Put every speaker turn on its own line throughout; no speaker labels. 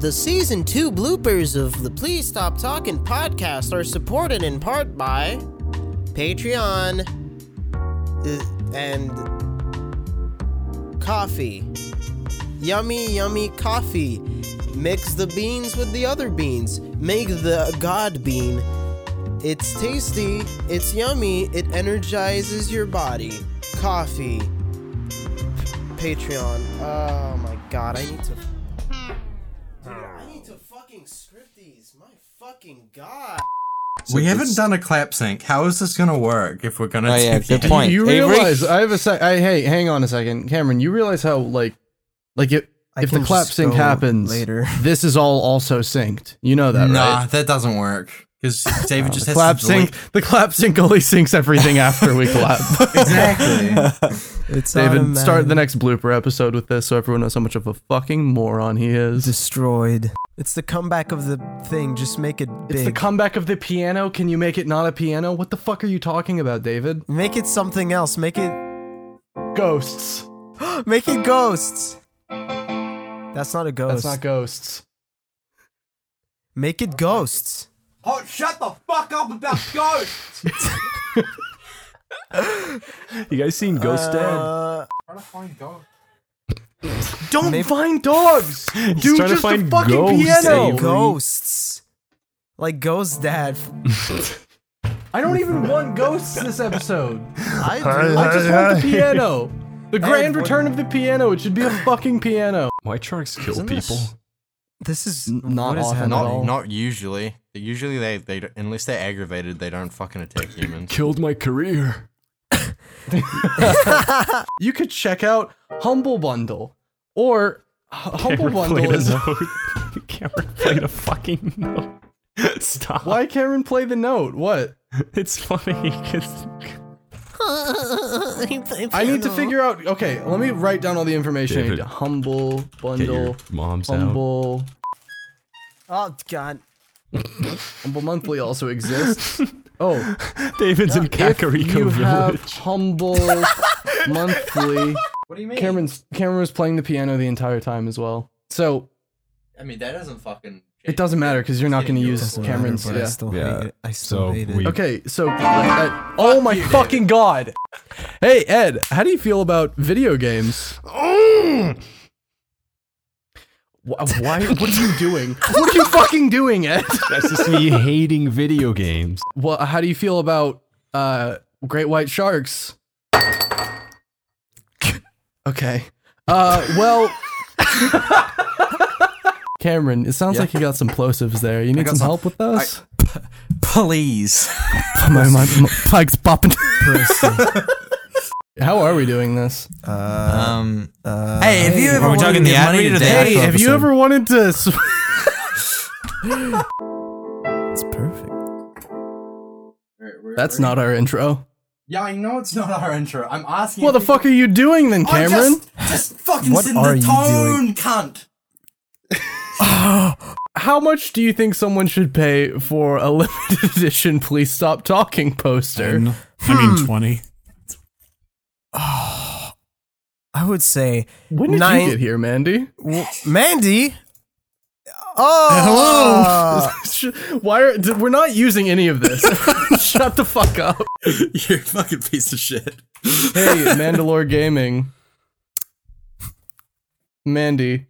The season two bloopers of the Please Stop Talking podcast are supported in part by Patreon uh, and coffee. Yummy, yummy coffee. Mix the beans with the other beans. Make the god bean. It's tasty, it's yummy, it energizes your body. Coffee. Patreon. Oh my god, I need to. Dude, I need to fucking script these. My fucking god.
we haven't
it's-
done a clap sync. How is this gonna work if we're gonna?
Oh,
do
yeah,
that?
good point.
You
Avery?
realize I have a sec. I, hey, hang on a second, Cameron. You realize how like, like it,
I
if the
can
clap
just
sync
go
happens
later.
this is all also synced. You know that,
nah,
right?
that doesn't work because David just
The
has
clap
to delete-
sync. The clap sync only syncs everything after we clap.
Exactly.
It's
David, start the
automatic.
next blooper episode with this, so everyone knows how much of a fucking moron he is.
destroyed. It's the comeback of the thing. Just make it big.
It's the comeback of the piano. Can you make it not a piano? What the fuck are you talking about, David?
make it something else. Make it
Ghosts.
make it ghosts. That's not a
That's
ghost.
not ghosts.
make it ghosts.
Oh, shut the fuck up about ghosts!
You guys seen Ghost Dad?
Uh,
Don't
Maybe-
find dogs. Do
trying to
just a
find
fucking
ghosts,
piano.
Avery.
ghosts. Like ghost dad.
I don't even want ghosts this episode. I, just want the piano. The grand return of the piano. It should be a fucking piano.
Why sharks kill
Isn't
people?
this- This is
N- not
what is
often at
happening?
all.
not, not usually. Usually they they don't- unless they're aggravated they don't fucking attack humans.
Killed my career.
You could check out Humble Bundle or H- Humble Bundle is.
Cameron played a fucking note. Stop.
Why Karen play the note? What?
It's funny because
I need to figure out. Okay, let me write down all the information. I need.
David,
Humble
get your
Bundle,
mom's out.
Humble,
Oh god.
Humble Monthly also exists. Oh,
David's in
if you
Kakariko
have
Village.
Humble Monthly.
What do you mean?
Cameron's Cameron was playing the piano the entire time as well. So
I mean that doesn't fucking.
it doesn't matter because you're not going to use
Doesn't matter,
Cameron's.
but I
Yeah.
still
Yeah,
hate it. I still
so
hate it.
we-
Okay, so uh, oh my fucking god! Hey Ed, how do you feel about video games?
Mm.
Wh- Why? What are you doing? What are you fucking doing, Ed?
That's just me hating video games.
Well, how do you feel about uh, great white sharks? okay. Uh, well, Cameron, it sounds like you got some plosives there. You need
got
some,
some-
help with those?
Please.
my, my, my mic's popping. How are we doing this?
Uh,
Um,
uh,
hey, have you ever
we're
wanted
talking
to
the
give
ad
money
read
to
today? Hey,
the actual
have you ever
wanted to?
It's perfect.
That's not our intro.
Yeah, I know it's not our intro. I'm asking.
What the fuck are you doing then,
I
Cameron?
Just, just fucking
What
set
are
the
you
tone,
doing?
cunt.
How much do you think someone should pay for a limited edition Please Stop Talking poster?
Ten. I mean, 20.
I would say
When did
nine-
you get here, Mandy?
w- Mandy. Oh,
Sh- Why are d- we're not using any of this? Shut the fuck up.
You're a fucking piece of shit.
Hey, Mandalore Gaming. Mandy.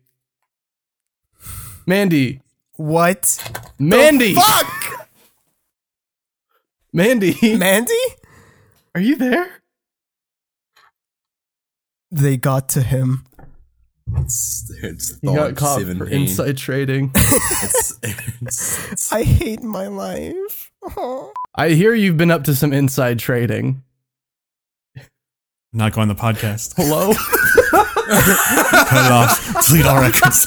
Mandy.
what?
Mandy.
Fuck,
Mandy.
Mandy.
Are you there?
They got to him.
It's, it's
He got caught for inside trading.
I hate my life. Oh,
I hear you've been up to some inside trading.
Not going on the podcast.
Hello?
Cut it off. Delete all records.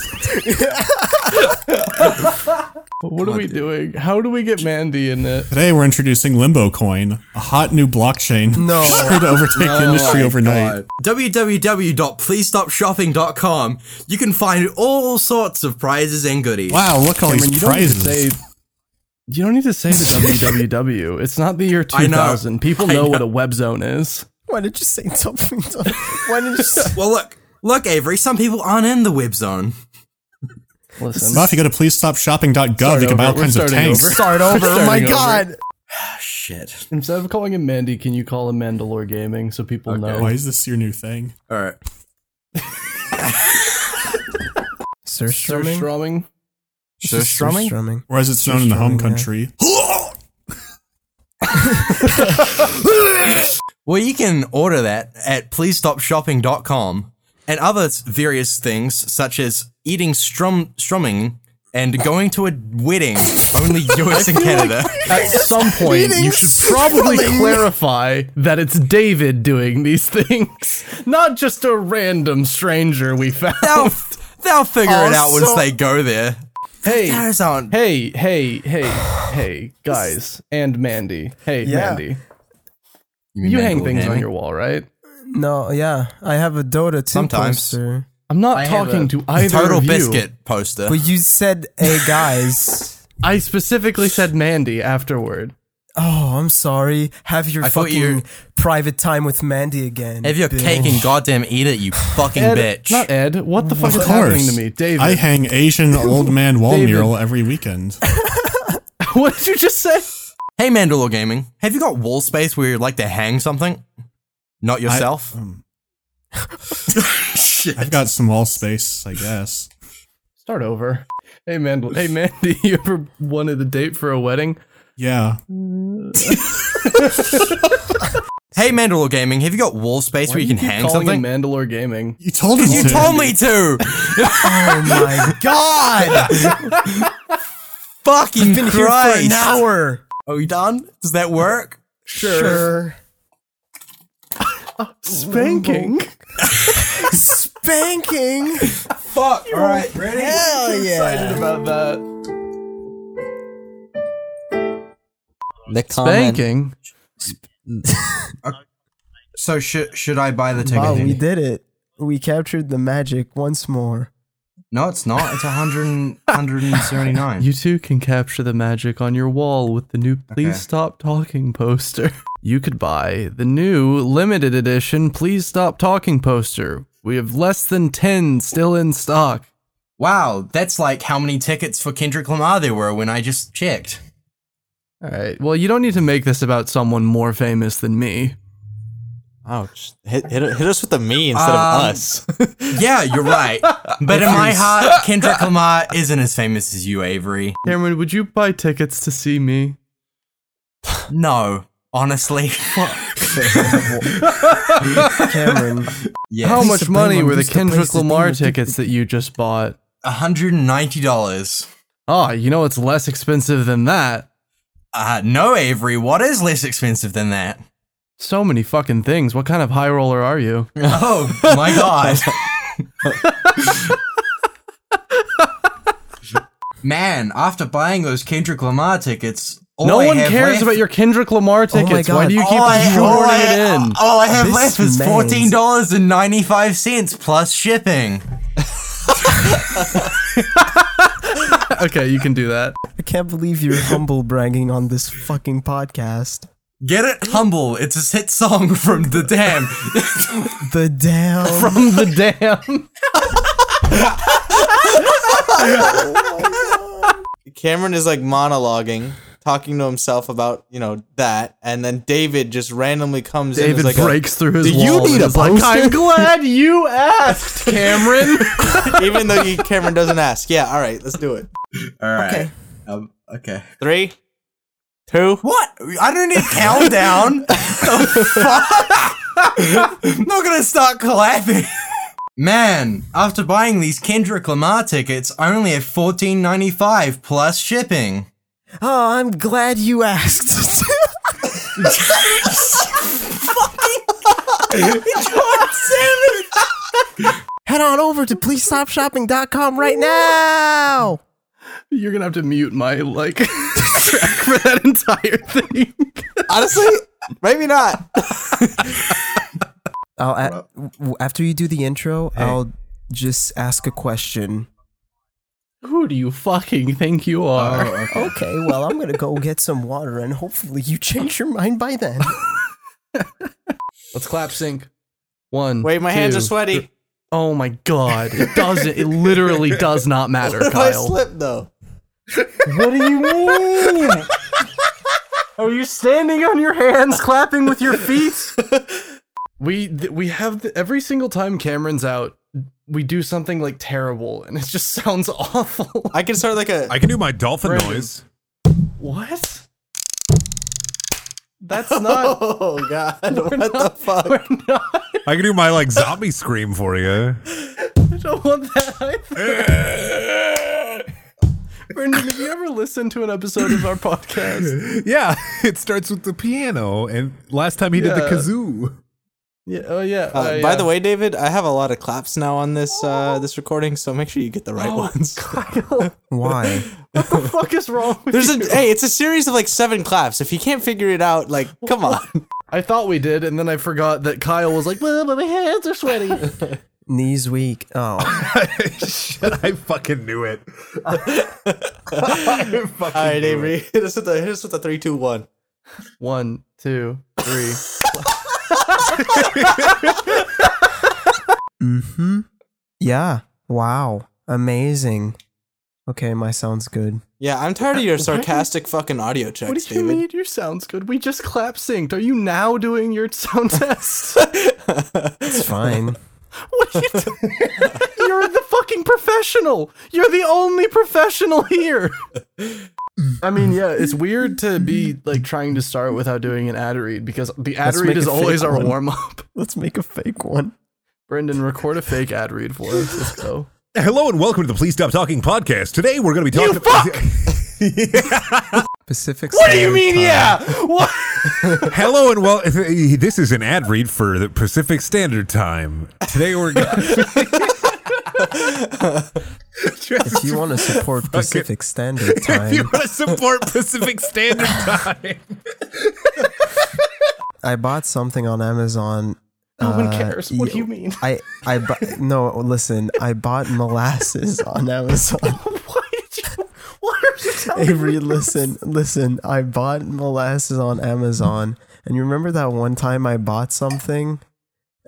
what are we doing? How do we get Mandy in it?
Today we're introducing Limbo Coin, a hot new blockchain
No.
sure to overtake
Oh
Oh
the industry overnight.
www.pleasestopshopping.com. You can find all sorts of prizes and goodies.
Wow, look at all
Cameron, you
these
don't need to
prizes.
say. You don't need to say the www. It's not the year
I know.
2000. People
I
know,
know.
what a web zone is.
Why did you say something? Why did you? Say-
Well, look, look, Avery. Some people aren't in the web zone.
Listen.
Now, if you go to pleasestopshopping.gov, you can buy all
over. We're
kinds of
starting
tanks.
over.
Start over. oh my
Starting over.
god.
Shit.
Instead of calling him Mandy, can you call him Mandalore Gaming so people know?
Why is this your new thing?
All right.
Sir
Sir
Strumming?
Strumming?
Sir Strumming? Strumming.
Or as it's known in the home
Strumming, yeah.
country.
Well, you can order that at pleasestopshopping.com and other s- various things such as eating strum strumming and going to a wedding only US and Canada.
At some point, you should probably clarify that it's David doing these things, not just a random stranger we found.
they'll, f- they'll figure it out once they go there.
Hey,
Guys um, aren't
hey, hey, hey, hey, guys, and Mandy. Hey, Mandy, you hang things on your wall, right?
No, yeah. I have a Dota 2
Sometimes.
poster.
I'm not
I have
talking
a
to either
Total
of you.
Biscuit poster.
But you said, hey guys.
I specifically said Mandy afterward.
Oh, I'm sorry. Have your
I thought
fucking
you-
private time with Mandy again.
Have your
bitch.
cake and goddamn eat it, you fucking
Ed,
bitch.
not Ed. What the fuck
Of
is happening
course.
to me, David?
I hang Asian old man wall
David.
mural every weekend.
what did you just say?
hey, Mandalore Gaming, have you got wall space where you'd like to hang something? Not yourself?
um, I've got some wall space, I guess.
Start over. Hey, Mandel. Hey, Mandy. You ever wanted a date for a wedding?
Yeah.
hey, Mandalore Gaming, have you got wall space where you can
keep
hang
calling
something?
it Mandalore Gaming.
You told him
you
to.
told me to!
Oh my god.
Fucking
Been here for
Christ!
an hour.
Are we done? Does that work?
Sure.
Spanking.
Spanking.
Fuck! Alright, ready?
Hell yeah.
Excited about that.
The comment.
Spanking.
So, should should I buy the ticket?
Wow, we
then?
did it. We captured the magic once more.
No, it's not. It's 100 and- 179.
You too can capture the magic on your wall with the new Please
Okay.
Stop Talking poster. You could buy the new limited edition Please Stop Talking poster. We have less than 10 still in stock.
wow, that's like how many tickets for Kendrick Lamar there were when I just checked.
All right. Well, you don't need to make this about someone more famous than me.
Ouch. Hit, hit, hit us with the me instead
Um,
of us.
Yeah, you're right. But in my heart, Kendrick Lamar isn't as famous as you, Avery.
Cameron, would you buy tickets to see me?
No, honestly.
Cameron.
yeah.
How
Piece
much
of
money
Belmont
were the
is the place
Kendrick
to be
Lamar
with the-
tickets that you just bought?
$190.
Ah, you know it's less expensive than that.
Uh, no, Avery, what is less expensive than that?
So many fucking things. What kind of high roller are you?
Oh, my God. Man, after buying those Kendrick Lamar tickets, all
no
I
one
have
cares
left-
about your Kendrick Lamar
my
tickets. Why
God.
do you
All
keep
I-
shoehorning
I-
it in?
all I have
This
left is
man's-
fourteen dollars and ninety five cents plus shipping.
okay, you can do that.
I can't believe you're humble bragging on this fucking podcast.
Get it? Humble. It's a hit song from The Dam.
The damn.
From the dam.
Cameron is like monologuing, talking to himself about, you know, that. And then David just randomly comes in.
David
as like a-
breaks through his
Do you
wall.
need
and
a
is like, I'm
poster?
glad you asked, Cameron.
even though he, Cameron doesn't ask. Yeah, all right, let's do it.
all right. Okay. Um, okay.
Three, two.
What? I don't need a countdown. the fuck? I'm not gonna start clapping. Man, after buying these Kendrick Lamar tickets, I only have fourteen ninety five plus shipping.
Oh, I'm glad you asked. Head on over to pleasestopshopping.com right now.
You're gonna have to mute my like track for that entire thing.
Honestly, maybe not.
I'll a- w- after you do the intro, I'll just ask a question.
Who do you fucking think you are?
Okay, well, I'm going to go get some water and hopefully you change your mind by then.
Let's clap sync. One.
Wait, my hands are sweaty.
Oh my god. It doesn't. It literally does not matter,
If I
Kyle.
slip though.
What do you mean? Are you standing on your hands, clapping with your feet? we th- we have the, every single time Cameron's out, we do something like terrible, and it just sounds awful.
I can start like a.
I can do my dolphin
Brandon.
noise.
what? That's not.
oh god! What the fuck?
We're not.
I can do my like zombie scream for you.
I don't want that either. Brendan, have you ever listened to an episode of our podcast?
Yeah, it starts with the piano, and last time he did
Yeah.
the kazoo.
Yeah. Oh yeah.
Uh, by the way, David, I have a lot of claps now on this
Oh.
uh, this recording, so make sure you get the right ones.
Kyle,
Why?
what the fuck is wrong with
There's
you?
a hey, it's a series of like seven claps. If you can't figure it out, like come on.
I thought we did, and then I forgot that Kyle was like, well, my hands are sweaty.
Knees weak. Oh,
Shit, I fucking knew it.
All right, Avery, hit us with the hit us with the three, two, one.
One, two, three.
mm-hmm. Yeah. Wow. Amazing. Okay, my sound's good.
Yeah, I'm tired of your sarcastic fucking audio checks,
what do you
David.
mean? Your sound's good. We just clap synced. Are you now doing your sound test?
It's fine.
what are you doing? You're the fucking professional. You're the only professional here. I mean, yeah, it's weird to be like trying to start without doing an ad read because the ad
Let's
read
make
is
a fake
always our
one.
warm up.
Let's make a fake one.
Brendan, record a fake ad read for us. Let's go.
Hello and welcome to the Please Stop Talking podcast. Today we're going to be talking.
Pacific. What do you mean? Yeah.
Hello and well. This is an ad read for the Pacific Standard Time. Today we're going.
If you want to support Pacific Standard
if you
Time,
want to support Pacific Standard Time,
I bought something on Amazon.
No one
uh,
cares. What do
y-
you mean?
I I bu- no listen. I bought molasses on Amazon.
Why did you? What are you telling
Avery, listen, listen. I bought molasses on Amazon, and you remember that one time I bought something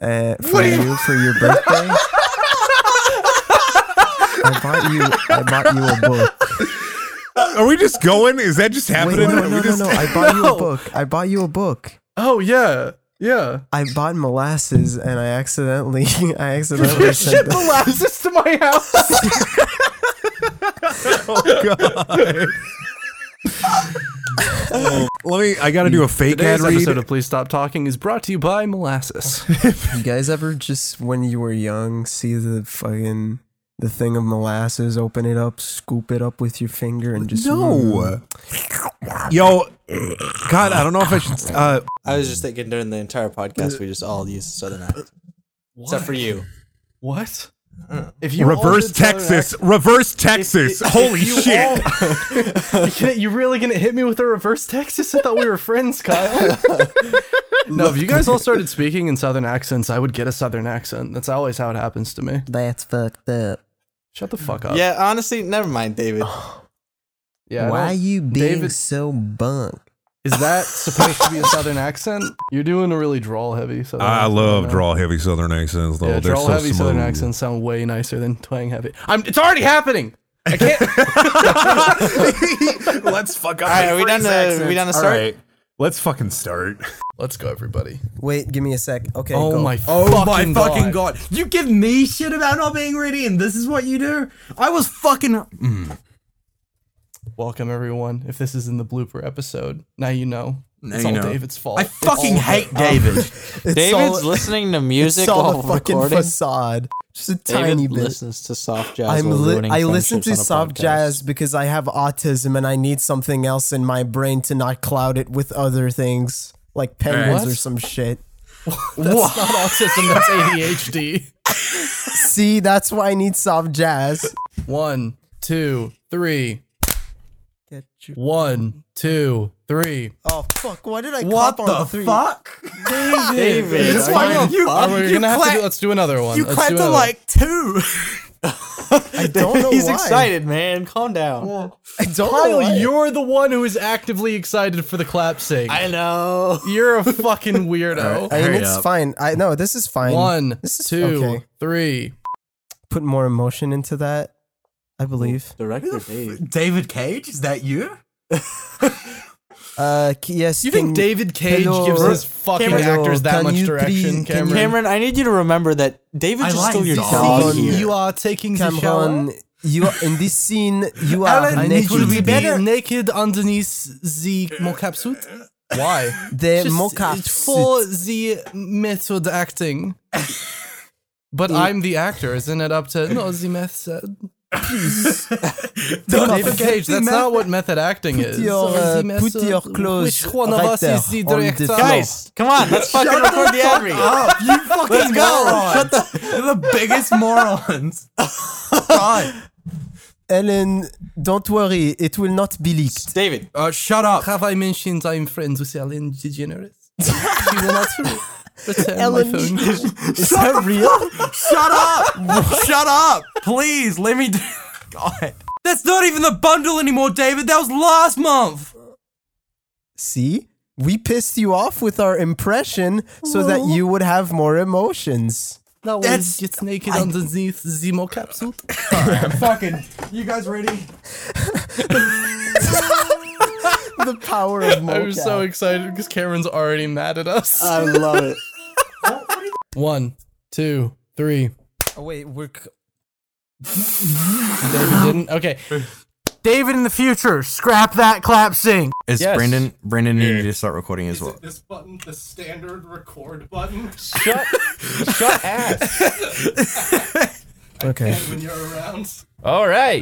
uh, for you for your birthday. I bought you. I bought you a book.
are we just going? Is that just
Wait,
happening?
no, no,
Are we
no, no,
just-
no. I bought you
No.
a book. I bought you a book.
Oh yeah, yeah.
I bought molasses, and I accidentally, I accidentally
You shipped
sent the-
molasses to my house.
Let me. I got to do a fake ad
Today's
read.
episode of Please Stop Talking is brought to you by molasses.
You guys ever just when you were young see the fucking the thing of molasses, open it up, scoop it up with your finger, and just
no. Yo, God, I don't know if I should. Uh,
I was just thinking during the entire podcast we just all used southern accents, except for you.
What? If you all
reverse
did Southern
Texas. Reverse Texas. Holy shit.
accent- you, gonna- you really gonna hit me with a reverse Texas? I thought we were friends, Kyle. no, if you guys all started speaking in Southern accents, I would get a Southern accent. That's always how it happens to me.
That's fucked up.
Shut the fuck up.
Yeah, honestly, never mind,
Oh,
David.
Yeah. I don't-
you
David-
so bunk?
Is that supposed to be a Southern accent? You're doing a really drawl heavy. Southern
I
accent
love
right now.
draw heavy southern accents though.
Yeah,
They're
drawl
so
heavy
smooth.
Southern accents sound way nicer than twang heavy. I'm. It's already happening. I can't.
Let's fuck
All
up.
right, are we done to we done to start?
Let's fucking start.
Let's go, everybody.
Wait, give me a sec. Okay.
Oh
go.
my.
Oh
fucking
my fucking
god.
god. You give me shit about not being ready and this is what you do? I was fucking
Welcome everyone. If this is in the blooper episode, now you know. it's
you
all
know.
David's fault.
I fucking hate David.
It's
David's
all,
listening to
it's
music
all
while
the fucking
recording.
facade. Just a
David
tiny bit.
listens to soft jazz.
I'm
while
li-
ruining
I listen to
friendships on a
soft
podcast.
jazz because I have autism and I need something else in my brain to not cloud it with other things like penguins or some shit.
That's not autism. That's ADHD.
See, that's why I need soft jazz.
One, two, three.
Get your-
One, two, three.
Oh fuck! Why did I
What
clap on
the
three?
fuck?
David,
It's
are
fine.
you-
You,
Oh, we're
you
gonna have to
clap-
do. Let's do another one.
you
Let's
clapped
do
to
another one.
like two.
I don't know
He's
why.
excited, man. Calm down.
I don't know
Kyle,
why.
you're the one who is actively excited for the clap sake.
I know.
You're a fucking weirdo.
I mean,
Hurry
it's
up.
fine. I no, this is fine.
One,
This is
two,
okay.
three.
Put more emotion into that, I believe.
Director Dave.
David Cage, is that you?
Uh, k- yes.
Do you think
can-
David Cage
hello,
gives his fucking
Cameron,
actors that
can
much
you
direction,
please- can
Cameron?
Cameron, I need you to remember that David's
I
just
like
still your
this
dog
song.
here.
You are taking the shower.
Cameron, you are, in this scene you are
I
naked.
need you to be naked underneath the mocap suit. Why?
the
Just uh,
mocap
for
suit.
the method acting. But I'm the actor, isn't it? Up to no, the meth said.
Don't
David
forget
Cage.
the
That's
ma-
not what method acting is.
your,
The
uh,
method-
put your clothes
Which one of
right
us is the
there on the
director?
floor.
Guys, come on, let's fucking record the ad read.
you fucking
Let's go.
moron.
Shut the
You're the biggest morons. God.
Ellen, don't worry, it will not be leaked.
David.
Uh, shut up.
Have I mentioned I'm friends with Ellen DeGeneres? she will not return my phone. call.
Is that real?
Shut up! Shut up! Please let me do. God, that's not even the bundle anymore, David. That was last month.
See, we pissed you off with our impression so that you would have more emotions.
Now we
That's-
get naked underneath the mocap suit.
Fucking, you guys ready?
The power of mocap.
I'm so excited because Cameron's already mad at us.
I love it.
One, two, three.
oh, wait, we're c-
David didn't. Okay. David in the future, scrap that clap sync.
Is
Yes.
Brendan? Brendan needed to start recording as well.
This button, the standard record button,
Shut, shut ass.
okay.
when you're around.
All right.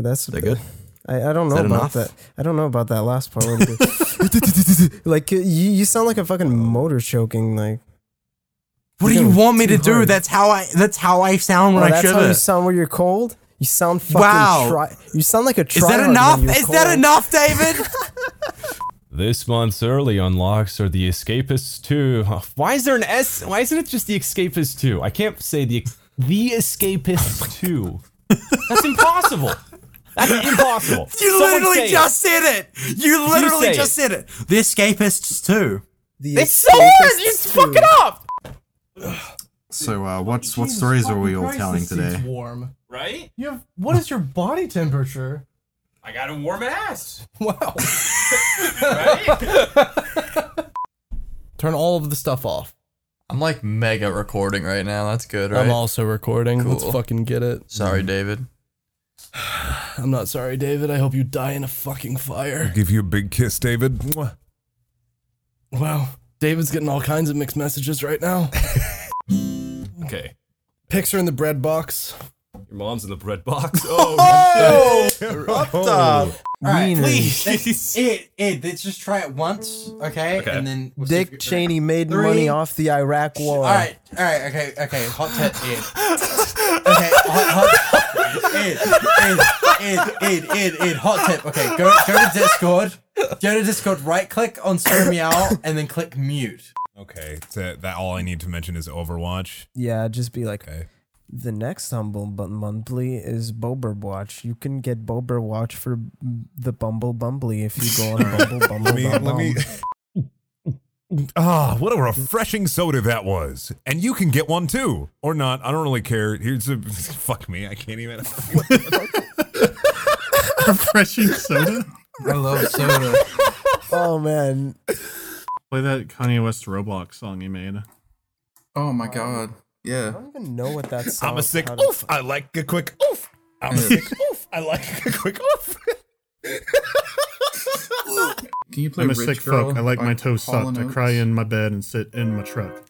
That's
that good?
I, I don't know
that
about
enough?
that. I don't know about that last part. where they- like uh, you, you sound like a fucking motor choking. Like
What do you want me to do? That's how I. That's how I sound
oh,
when I
that's how
shiver.
you sound when you're cold. You sound fucking.
Wow.
Tri- you sound like a.
Is that enough? Is that enough, David?
This month's early unlocks are the Escapists 2. Huh, Why is there an S? Why isn't it just the Escapists 2? I can't say the the Escapists 2. That's impossible. That's impossible.
You
Someone say
literally
it.
just said it. You literally
say
just said it. The Escapists too.
It's so hard. It's fucking up.
So, uh, what's what stories are we all telling today?
warm.
Right?
You have what is your body temperature?
I got a warm ass.
Wow. Turn all of the stuff off.
I'm like mega recording right now. That's good, right?
I'm also recording. Let's
Cool.
fucking get it.
Sorry, David.
I'm not sorry, David. I hope you die in a fucking fire.
Give you a big kiss, David. Mwah.
Wow. David's getting all kinds of mixed messages right now.
Okay.
Pics are in the bread box.
Your mom's in the bread box. Oh,
Up top.
Oh,
Please, that's it, Ed. Let's just try it once, okay?
Okay.
And then we'll see if
Dick
it-
Cheney made
Three.
money off the Iraq War.
All right, all right, okay, okay. Hot tip, Ed. Okay, hot, hot. Ed, Ed, Ed, Ed, Ed, Ed. Hot tip. Okay, go, go to Discord. Go to Discord. Right click on Stream Meow and then click mute.
Okay, so that all I need to mention is Overwatch.
Yeah, just be like.
Okay.
The next Humble Bun- Monthly is Bober Watch. You can get Bober Watch for mm, the Bumble Bumbly if you go on Bumble Bumble.
Let me.
Bum
Let me.
Bum.
Ah, what a refreshing soda that was, and you can get one too, or not. I don't really care. Here's a fuck me. I can't even.
Refreshing soda.
I love soda.
Oh man,
Play that Kanye West Roblox song he made.
Oh my god. Yeah.
I don't even know what that song.
I'm
Oh,
a sick
how to-
oof. I like a quick oof. I'm a sick oof. I like a quick oof.
Can you play
I'm a
Rich
sick
Girl
fuck. I like
by
my toes
Hall
sucked. I
and
cry
Oates?
in my bed and sit in my truck.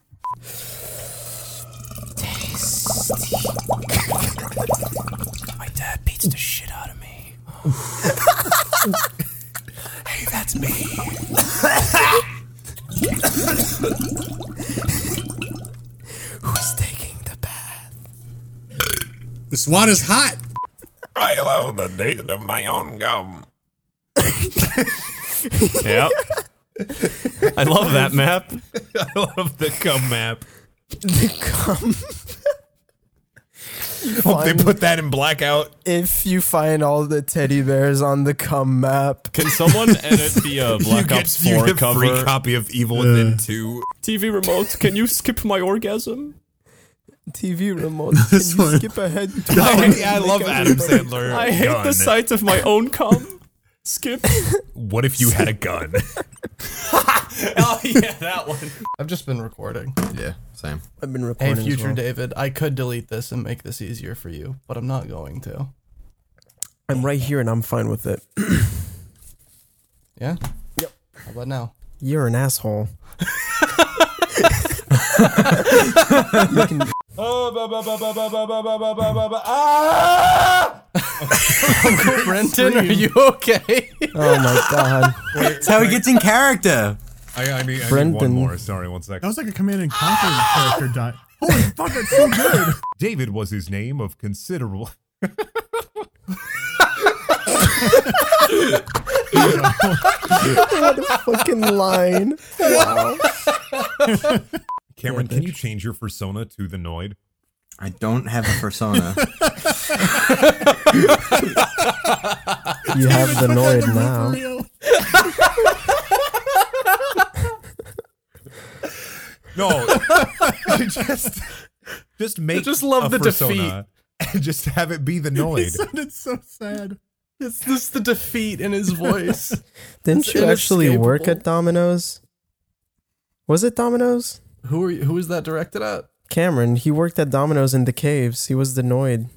This water's hot.
I love the taste of my own gum. yep.
I love that map.
I love the gum map. Hope they put that in blackout.
If you find all the teddy bears on the cum map,
can someone edit the uh, Black
get-
Ops
you
4
get free
cover?
copy of Evil Within 2.
TV remote, can you skip my orgasm?
TV remote? Can you skip ahead?
I, I love Adam Sandler.
I hate the
Gun.
sight of my own cum. Skip.
What if you had a gun?
oh yeah, that one.
I've just been recording.
Yeah, same.
I've been
Hey,
recording. as
future
well.
David, I could delete this and make this easier for you, but I'm not going to.
I'm right here and I'm fine with it.
Yeah? Yep. How about now?
You're an asshole.
Uncle Brenton, are you okay?
Uh,
Oh my god.
That's how he gets in character.
I, I, need, I need
Brendan.
one more. Sorry, one second.
That was like a Command and
Ah!
Conquer character die. Holy fuck, that's so good.
David was his name of considerable.
what a fucking line. Wow.
Cameron, can you change your persona to the Noid?
I don't have a persona.
You have the Noid now.
No, just just make
just love
a
the
persona and just have it be the
It
Noid.
sounded so sad.
It's just the defeat in his voice.
Didn't
It's
you actually work
inescapable.
at Domino's? Was it Domino's?
Who are you, who is that directed at?
Cameron, he worked at Domino's in the caves. He was the Noid.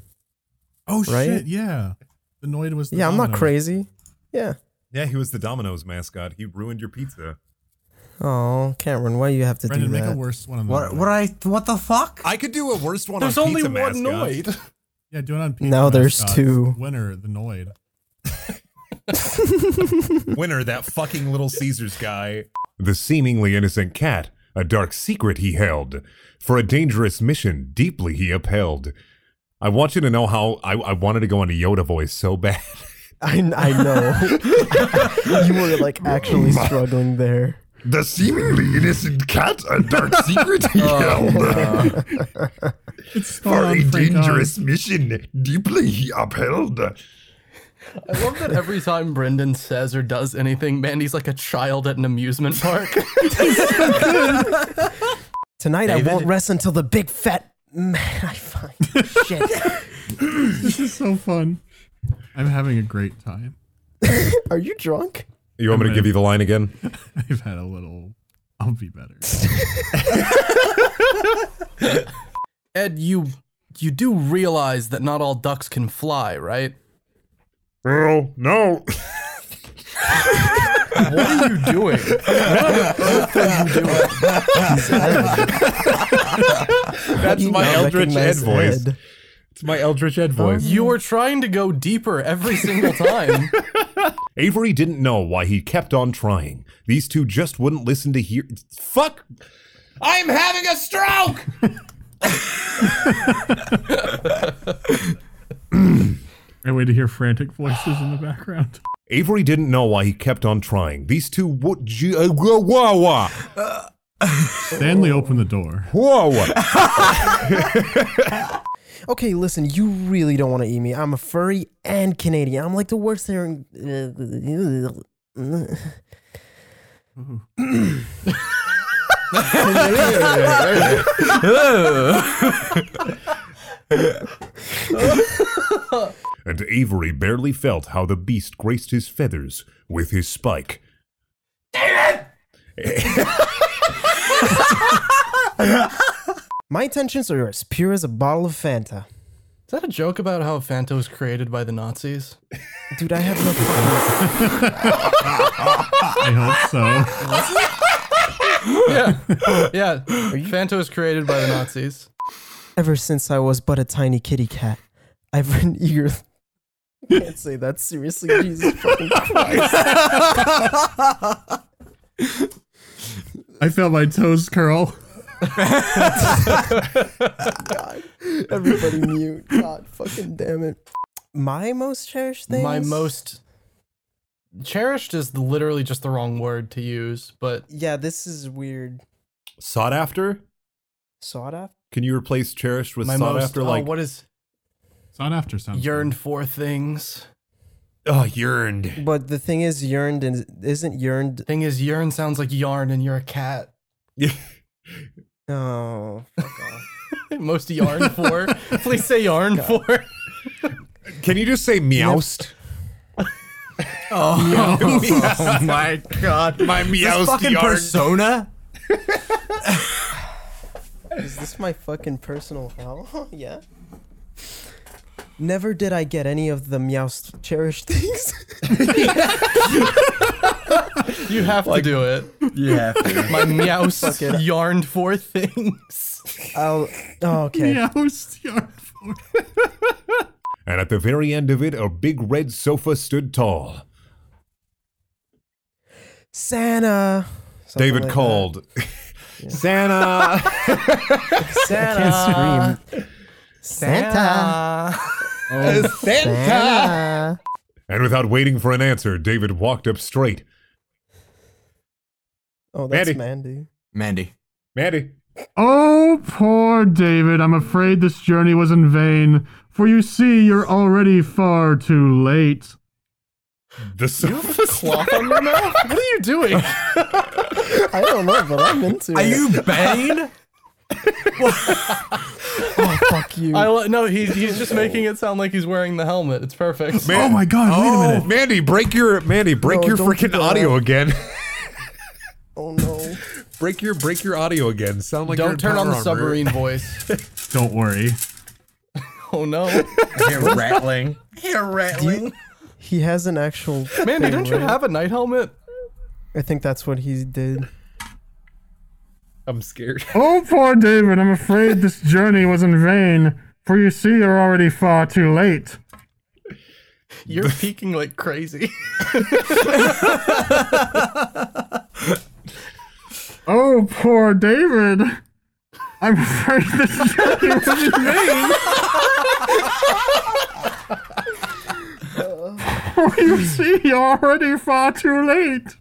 Oh
Right?
shit, yeah. The Noid was the
Yeah, I'm not
domino.
crazy. Yeah.
yeah, he was the Domino's mascot. He ruined your pizza.
Oh, Cameron, why you have to
Brendan,
do
make
that?
a worse one on the
What? What? I? What the fuck?
I could do a worst one
There's
on
only
pizza
one
mascot.
Noid.
Yeah, do it on pizza.
Now there's
mascots.
two.
Winner, the Noid.
Winner, that fucking Little Caesars guy. The seemingly innocent cat, a dark secret he held. For a dangerous mission, deeply he upheld. I want you to know how I, I wanted to go into Yoda voice so bad.
I, I know. you were like actually struggling there.
The seemingly innocent cat, a dark secret he
Oh,
held. For
on,
a
Frank,
dangerous mission, deeply he upheld.
I love that every time Brendan says or does anything, Mandy's like a child at an amusement park.
Tonight I won't
David?
rest until the big fat man I find. Shit.
this is so fun. I'm having a great time.
Are you drunk?
You want me to give you the line again?
I've had a little. I'll be better.
Ed, you you do realize that not all ducks can fly, right?
Well, no.
What are you doing? what are you doing?
That's
you
my
not
Eldritch Ed
recognize
voice.
Ed?
It's my Eldritch Ed voice.
You were trying to go deeper every single time.
Avery didn't know why he kept on trying. These two just wouldn't listen to hear. Fuck! I'm having a stroke!
I wait to hear frantic voices in the background.
Avery didn't know why he kept on trying. These two would. ju- uh, whoa, whoa, whoa.
Stanley opened the door.
Whoa!
Okay, listen, you really don't want to eat me. I'm a furry and Canadian. I'm like the worst there.
and Avery barely felt how the beast graced his feathers with his spike.
My intentions are as pure as a bottle of Fanta.
Is that a joke about how Fanta was created by the Nazis?
Dude, I have no fucking.
I hope so.
yeah. Yeah. Fanta was created by the Nazis.
Ever since I was but a tiny kitty cat, I've been eager. Can't say that seriously, Jesus fucking Christ.
I felt my toes curl.
Everybody mute. God fucking damn it. My most cherished thing.
My most cherished is literally just the wrong word to use, but
Yeah, this is weird.
Sought after?
Sought after?
Can you replace cherished with
my
sought
most
after?
oh,
Like
what is
It's not after something.
yearned for things.
Ah,
Oh, yearned.
But the thing is, yearned is, isn't yearned.
Thing is, yearn sounds like yarn, and you're a cat.
oh,
Most yarn for. Please say yarn for.
Can you just say meowst?
Oh,
Meowst.
oh my god.
My
This
meowst
fucking
yarn.
persona?
is this my fucking personal hell? yeah. Never did I get any of the meowst cherished things.
You have to do it.
Yeah.
My meows
Fuck it.
yarned for things.
I'll, oh, okay.
Meowst yarn.
And at the very end of it, a big red sofa stood tall.
Santa. Something
David
like that.
called. Santa.
Santa. scream.
I Santa.
Santa. Santa.
And without waiting for an answer, David walked up straight.
Oh, that's
Mandy.
Mandy.
Mandy.
Mandy.
Oh, poor David. I'm afraid this journey was in vain. For you see, you're already far too late.
The sofa.
Cloth on your mouth? What are you doing?
I don't know, but I'm into
Are
it.
you Bane?
oh, fuck you.
I lo- no, he's he's just making it sound like he's wearing the helmet. It's perfect.
Man-
Oh.
Mandy, break your Mandy, break
No,
your
don't
freaking
do that.
audio again.
oh no.
break your break your audio again. Sound like you're in
Don't turn
Power
on the
Armor.
submarine voice.
Don't worry.
Oh no.
You're rattling. You're rattling.
He has an actual.
Mandy,
thing,
don't you
right?
have a night helmet?
I think that's what he did.
I'm scared.
Oh, poor David. I'm afraid this journey was in vain. For you see, you're already far too late.
You're peeking like crazy.
Oh, poor David. I'm afraid this journey was in vain. For Oh, you see, you're already far too late.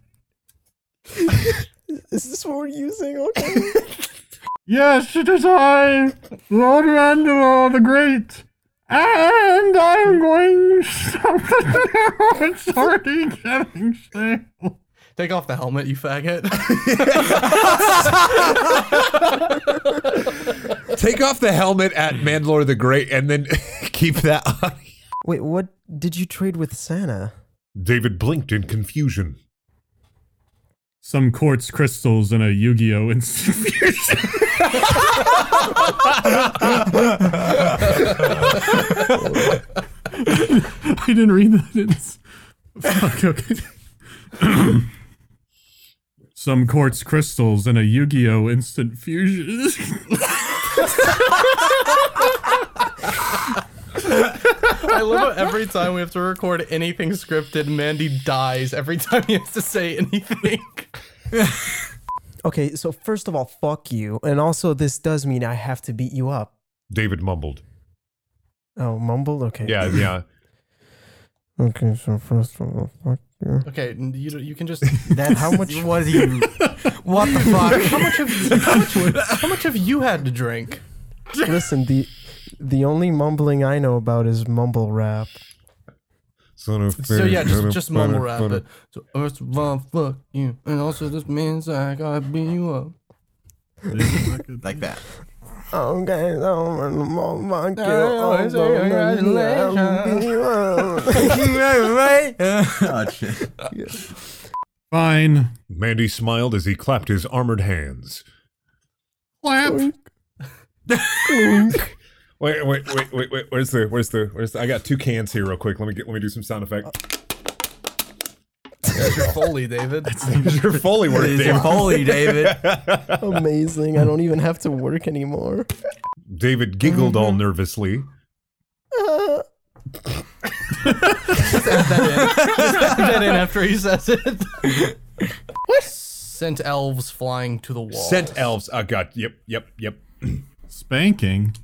Is this what we're using? Okay.
Yes, it is I, Lord Randalor the Great. And I'm going something now. It's already getting stale.
Take off the helmet, you faggot.
Take off the helmet at Mandalore the Great and then keep that on.
Wait, what did you trade with Santa?
David blinked in confusion.
Some quartz crystals and a Yu-Gi-Oh! and I didn't read that. It's... Fuck. Okay. Some quartz crystals and a Yu-Gi-Oh! instant fusion.
I love how every time we have to record anything scripted, Mandy dies every time he has to say anything.
Okay, so first of all, fuck you. And also, this does mean I have to beat you up.
David mumbled.
Oh, mumble? Okay.
Yeah, yeah.
Okay, so first of all, fuck you.
Okay, n- you don't- you can just.
That, how much?
What do you? What the
how
fuck?
much have you, how much, how much have you had to drink?
Listen, the the only mumbling I know about is mumble rap.
Son of
So yeah, just just mumble rap it. So first of all, fuck you, and also this means I gotta beat you up.
like that.
Oh, guys, oh, my- my- my God, oh,
I say congratulations.
oh shit.
Fine.
Mandy smiled as he clapped his armored hands.
Clap.
Wait, wait, wait, wait, wait. Where's the, where's the, where's the? I got two cans here, real quick. Let me get, let me do some sound effect.
That's your foley, David.
It's your foley work,
It's
David.
your foley, David.
Amazing. I don't even have to work anymore.
David giggled
Mm-hmm.
all nervously.
Just add that in after he says it. Sent elves flying to the wall.
Sent elves. Oh god. Yep, yep, yep.
Spanking.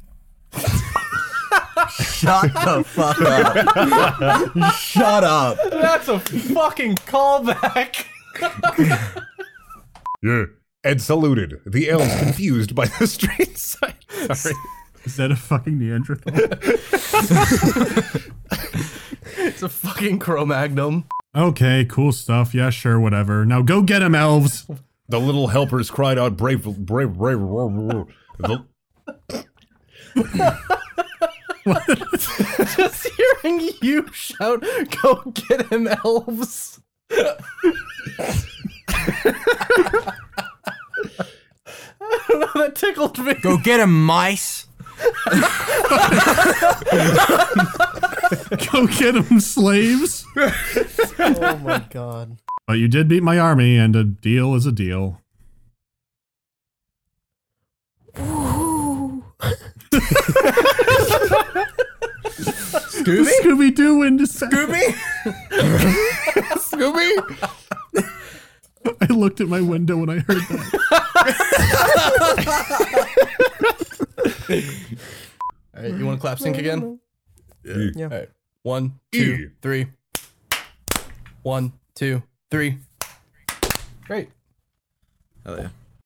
Shut the fuck up. Shut up.
That's a fucking callback.
Yeah. Ed saluted. The elves confused by the street sign. Sorry.
Is that a fucking Neanderthal?
It's a fucking Cro-Magnum.
Okay, cool stuff. Yeah, sure, whatever. Now go get him, elves.
The little helpers cried out brave, brave, brave. the,
Just hearing you shout, "Go get him, elves!" I don't know. That tickled me.
Go get him, mice.
Go get him, slaves.
oh my god.
But you did beat my army, and a deal is a deal.
Scooby?
Scooby Doo into Scooby?
Scooby?
I looked at my window when I heard that.
All right, you want to clap sync again?
Yeah.
All right. One, two, three. One, two, three. Great.
Hell yeah.